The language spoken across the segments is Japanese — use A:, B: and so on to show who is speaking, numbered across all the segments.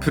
A: プ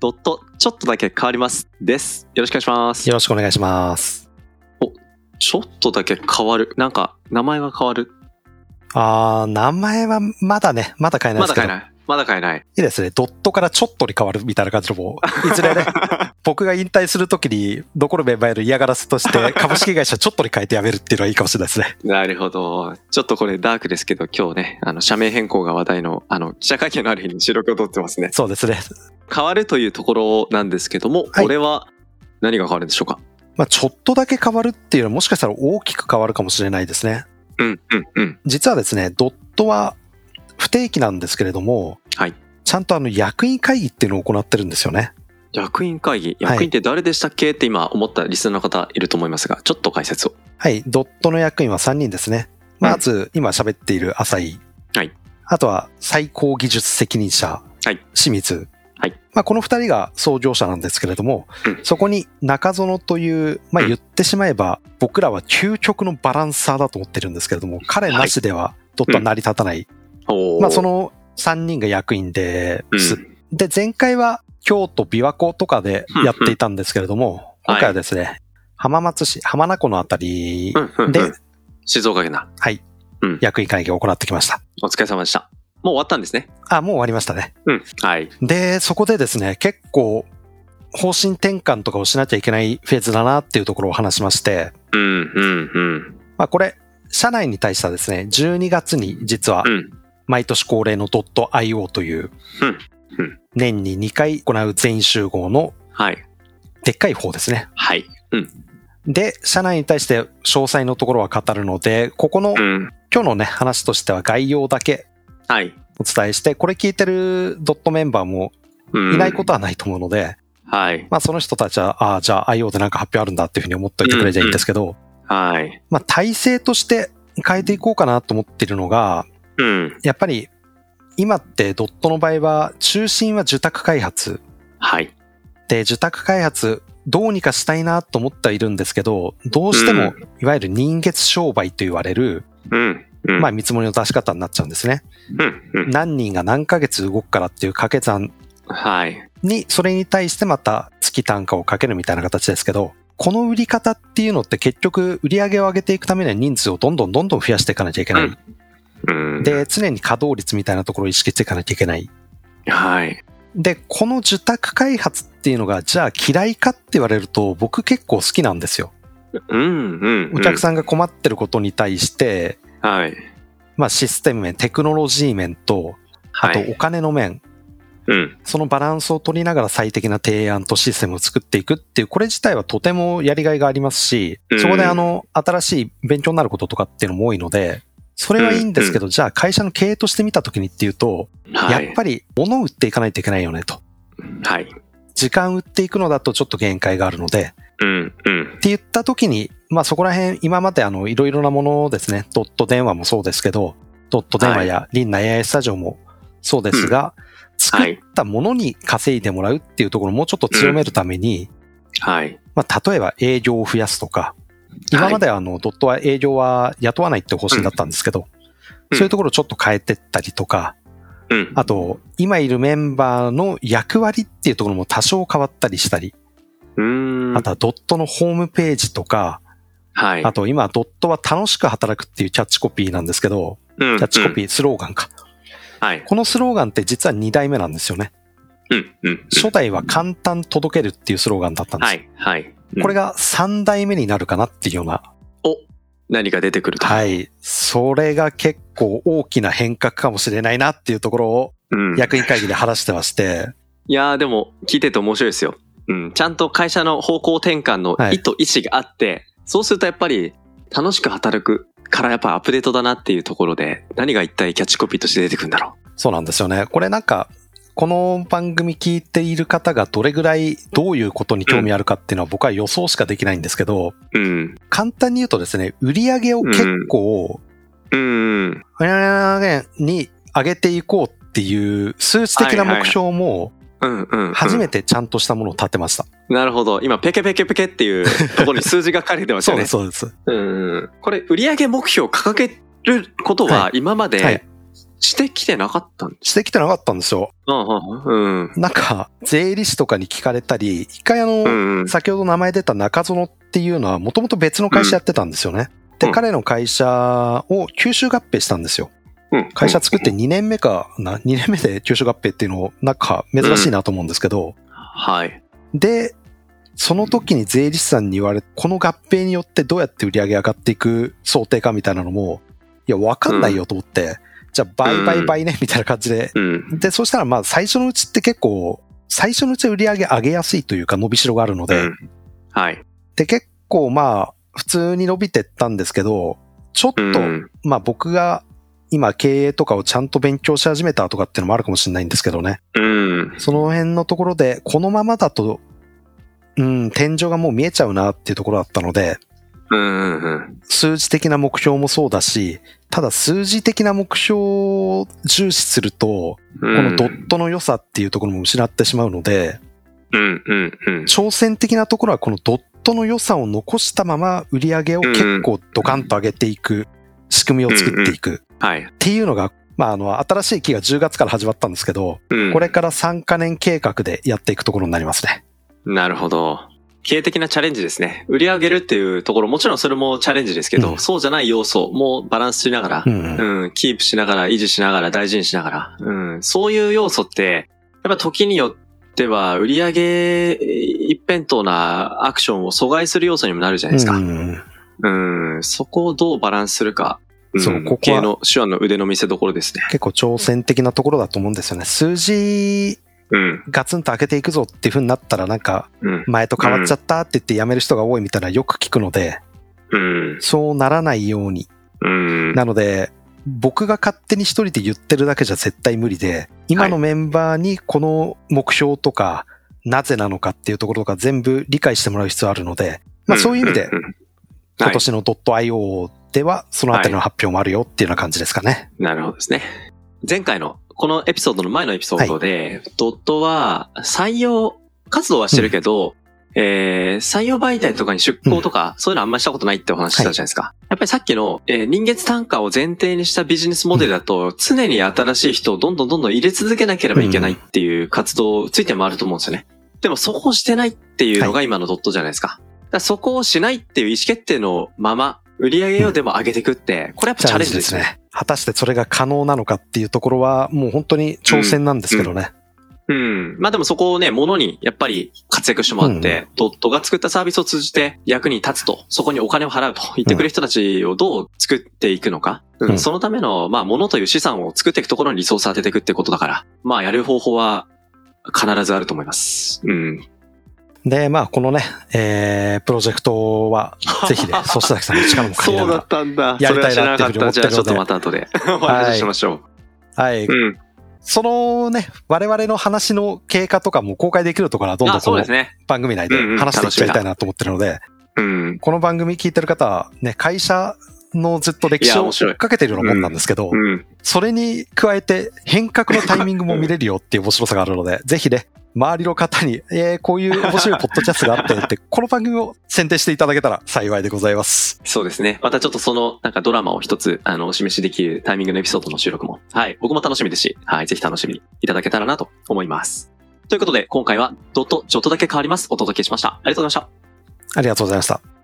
A: ドットちょっとだけ変わりますですよろしくお願いします
B: よろしくお願いします。
A: ちょっとだけ変わるなんか名前が変わる
B: あー、名前はまだね、まだ変えない
A: ま
B: で
A: だ
B: すけ
A: 変え
B: ど、
A: な
B: い
A: いまだ変えない
B: いですね。ドットからちょっとに変わるみたいな感じのもう、いずれ ね、僕が引退するときに残るメンバーへの嫌がらせとして株式会社ちょっとに変えてやめるっていうのはいいかもしれないですね。
A: なるほど。ちょっとこれダークですけど、今日ね、あの、社名変更が話題の、あの、記者会見のある日に収録を取ってますね。
B: そうですね。
A: 変わるというところなんですけども、
B: はい
A: これは何が変わるんでしょうか
B: まあ、ちょっとだけ変わるっていうのはもしかしたら大きく変わるかもしれないですね。
A: うん、うん、うん。
B: 実はですね、ドットは不定期なんですけれども、
A: はい
B: ちゃんとあの役員会議っていうのを行ってるんですよね。
A: 役員会議。
B: はい
A: 役員って誰でしたっけ、って今思ったリスナーの方いると思いますが、ちょっと解説を。
B: はい、ドットの役員は3人ですね。まず、今喋っている浅井。
A: はい。
B: あとは、最高技術責任者。
A: はい
B: 清水。
A: はい。
B: まあ、この2人が創業者なんですけれども、
A: うん
B: そこに中園という、まあ、
A: うん
B: 言ってしまえば、僕らは究極のバランサーだと思ってるんですけれども、彼なしでは、ドットは成り立たない。
A: おー
B: まあ、そ、の3人が役員です。
A: うん
B: で、前回は京都琵琶湖とかでやっていたんですけれども、
A: うんうん
B: 今回はですね、浜松市、浜名湖のあたり
A: うんうんうん
B: で
A: 静岡県だ。
B: 役員会議を行ってきました。
A: お疲れ様でした。もう終わったんですね。
B: あ、もう終わりましたね。
A: うん。はい。
B: で、そこでですね、結構、方針転換とかをしなきゃいけないフェーズだなっていうところを話しまして、
A: うん、うん、うん。
B: まあこれ、社内に対してはですね、12月に実は
A: うん。
B: 毎年恒例の .io という
A: うんうん、
B: 年に2回行う全員集合の
A: はい。
B: でっかい方ですね。
A: はい。うん。
B: で、社内に対して詳細のところは語るので、ここの
A: うん。
B: 今日のね、話としては概要だけ
A: はい。
B: お伝えして、これ聞いてるドットメンバーも
A: うん
B: いないことはないと思うので、
A: はい。
B: まあその人たちは、ああ、じゃあ IO でなんか発表あるんだっていうふうに思っておいてくれじゃいいんですけど、
A: はい。
B: まあ体制として変えていこうかなと思っているのが、
A: うん。
B: やっぱり今ってドットの場合は中心は受託開発。
A: はい。
B: で、受託開発どうにかしたいなと思ってはいるんですけど、どうしてもいわゆる人月商売と言われる、
A: うん。うん
B: まあ見積もりの出し方になっちゃうんですね。
A: うん。うん。
B: 何人が何ヶ月動くからっていう掛け算
A: はい。
B: に、それに対してまた月単価をかけるみたいな形ですけど、この売り方っていうのって結局売り上げを上げていくためには人数をどんどんどんどん増やしていかなきゃいけない。
A: うんうん。、
B: で、常に稼働率みたいなところを意識していかなきゃいけない。
A: はい。
B: で、この受託開発っていうのが、じゃあ嫌いかって言われると、僕結構好きなんですよ。
A: うん。うん。
B: お客さんが困ってることに対して、
A: ん。はい。
B: まあシステム面、テクノロジー面と、あ
A: は
B: と
A: い。
B: お金の面、
A: うん。
B: そのバランスを取りながら最適な提案とシステムを作っていくっていう、これ自体はとてもやりがいがありますし
A: うん、
B: そこであの、新しい勉強になることとかっていうのも多いので、それはいいんですけど、じゃあ会社の経営として見たときにっていうと、や
A: は
B: っ
A: い。
B: ぱり物を売っていかないといけないよねと。
A: はい。
B: 時間売っていくのだとちょっと限界があるので、
A: うん。うん
B: っ。て言ったときに、まあそこら辺、今まであの、いろいろなものですね、ドット電話もそうですけど、ドット電話やリンナ AI スタジオもそうですが、作
A: は
B: っ
A: い。
B: ったものに稼いでもらうっていうところをもうちょっと強めるために、
A: はい。
B: まあ、例えば営業を増やすとか、今まではあの、ドットは営業は雇わないって方針だったんですけど、
A: うん
B: そういうところをちょっと変えてったりとか、
A: うん。
B: あと、今いるメンバーの役割っていうところも多少変わったりしたり、
A: うーん。
B: あとはドットのホームページとか、
A: はい。
B: あと今、ドットは楽しく働くっていうキャッチコピーなんですけど、
A: キャ
B: キャッチコ
A: ー。
B: ピー、スローガンか。
A: はい。
B: このスローガンって実は2代目なんですよね。
A: うん。うん。
B: 初代は簡単届けるっていうスローガンだったんですよ
A: はい。はい。
B: これ
A: が、
B: が3代目になるかなっていうような。
A: 何か出てくると。い。
B: はい。それが結構大きな変革かもしれないなっていうところを
A: うん。
B: 役員会議で話してまして、
A: いやーでも聞いてて面白いですよ。うん。ちゃんと会社の方向転換の
B: はい
A: 意図、意思があって、そうするとやっぱり楽しく働くからやっぱアップデートだなっていうところで、何が一体キャッチコピーとして出てくるんだろ
B: そうなんですよね。これなんか、この番組聞いている方がどれぐらいどういうことに興味あるかっていうのは僕は予想しかできないんですけど、
A: うん。
B: 簡単に言うとですね、売り上げを結構、
A: うん。
B: に上げていこうっていう数値的な目標も
A: うん。うん。
B: 初め
A: て。
B: てちゃんとしたものを立てました。
A: なるほど。今、ペケペケペケっていうところに数字が書かれてました
B: そう
A: よね。
B: です、そうです。
A: うんうん。これ、売上目標を掲げること
B: は
A: は今ま
B: はい
A: でしてきてなかったんで
B: してきてなかったんですよ。
A: すかうん。
B: なんか、税理士とかに聞かれたり、一回あの、
A: うん。
B: 先ほど名前出た中園っていうのは、もともと別の会社やってたんですよね。
A: う
B: で、
A: ん
B: 彼の会社を吸収合併したんですよ。
A: うん。
B: 会社作って2年目かな、2年目で吸収合併っていうのを、なんか珍しいなと思うんですけど、
A: はい。
B: で、その時に税理士さんに言われ、この合併によってどうやって売り上げ上がっていく想定かみたいなのも、いや、わかんないよと思って、じゃあ倍倍倍ね、みたいな感じで
A: うん。
B: で、そしたらまあ最初のうちって結構、最初のうちは売り上げ上げやすいというか伸びしろがあるので、
A: うんはい。
B: で、結構まあ普通に伸びてったんですけど、ちょっと、
A: うん。
B: まあ僕が今経営とかをちゃんと勉強し始めたとかっていうのもあるかもしれないんですけどね。
A: うん。
B: その辺のところで、このままだと、うん、天井がもう見えちゃうなっていうところだったので、
A: うん。うん。
B: 数字的な目標もそうだし、ただ数字的な目標を重視すると、
A: こ
B: このドットの良さっていうところも失ってしまうので、
A: うん。うん。うん。
B: 挑戦的なところはこのドットの良さを残したまま売り上げを結構ドカンと上げていく仕組みを作っていく
A: はい。
B: っていうのが、まあ、あの、新しい期が10月から始まったんですけど、
A: うん
B: これ。から3カ年計画でやっていくところになりますね。
A: なるほど。経営的なチャレンジですね。売り上げるっていうところ、もちろんそれもチャレンジですけど、
B: うん
A: そうじゃない要素もバランスしながら
B: う、ん。
A: うん、キープしながら、維持しながら、大事にしながら、うん、そういう要素って、やっぱ時によっては、売り上げ一辺倒なアクションを阻害する要素にもなるじゃないですか。
B: うん
A: うん、そこをどうバランスするか。ん
B: そうここは
A: 経営の手腕の腕の見せ所ですね。
B: 結構挑戦的なところだと思うんですよね。数字
A: うん、
B: ガツンと上げていくぞっていう風になったらなんか
A: うん、
B: 前と変わっちゃったって言って辞める人が多いみたいなのよく聞くので、
A: うん、
B: そうならないように
A: うん、
B: なので、僕が勝手に一人で言ってるだけじゃ絶対無理で、今のメンバーにこの目標とか、なぜなのかっていうところとか全部理解してもらう必要あるので、まあそういう意味で
A: ん、んうん
B: 今年の .io ではそのあたりの発表もあるよっていうような感じですかね。
A: なるほどですね。前回の、このエピソードの前のエピソードで、ドットは採用活動はしてるけど、えー採用媒体とかに出向とか、そういうのあんまりしたことないってお話ししたじゃないですか。やっぱりさっきの、えー人月単価を前提にしたビジネスモデルだと、常に新しい人をどんどんどんどん入れ続けなければいけないっていう活動ついてもあると思うんですよね。でもそこをしてないっていうのが今のドットじゃないですか。だからそこをしないっていう意思決定のまま、売り上げをでも上げていくって、これやっぱチャレンジですよね。
B: ね。果たしてそれが可能なのかっていうところはもう本当に挑戦なんですけどね。
A: うん。まあでもそこをね、ものにやっぱり活躍してもらって、ドットが作ったサービスを通じて役に立つと、そこにお金を払うと言ってくれる人たちをどう作っていくのか、うん
B: うん
A: そのための、まあものという資産を作っていくところにリソースを当てていくってことだから、まあやる方法は必ずあると思います。うん。
B: で、まあこのね、えー、プロジェクトは ぜひね、粗崎さんの力も借りながら。
A: たんだ
B: や
A: そ
B: り
A: れ
B: た
A: はい知
B: な
A: らな
B: ってい
A: か
B: う
A: っ
B: ふ
A: た。じ
B: うに思って
A: ゃ
B: るので
A: あちょっとまた後でお話ししましょ
B: はい。
A: う。うん。
B: そのね、我々の話の経過とかも公開できるところはどんどん
A: あ、
B: こ
A: そう
B: の
A: ですね。
B: 番組内で
A: うんうん
B: 話していっちゃいたいなと思ってるので、
A: うん。
B: この番組聞いてる方はね、会社のずっと歴史
A: いや
B: を
A: 面白
B: 追
A: い
B: っかけてるようなもんなんですけど
A: う、ん。
B: それに加えて変革のタイミングも見れるよっていう面白さがあるので、ぜひね、周りの方に、えー、こういう面白いポッドキャストがあってって、この番組を選定していただけたら幸いでございます。
A: そうですね。またちょっとその、なんかドラマを一つ、あの、お示しできるタイミングのエピソードの収録も、はい、僕も楽しみですし、はい、ぜひ楽しみにいただけたらなと思います。ということで、今回は、ドット、ちょっとだけ変わります。お届けしました。ありがとうございました。
B: ありがとうございました。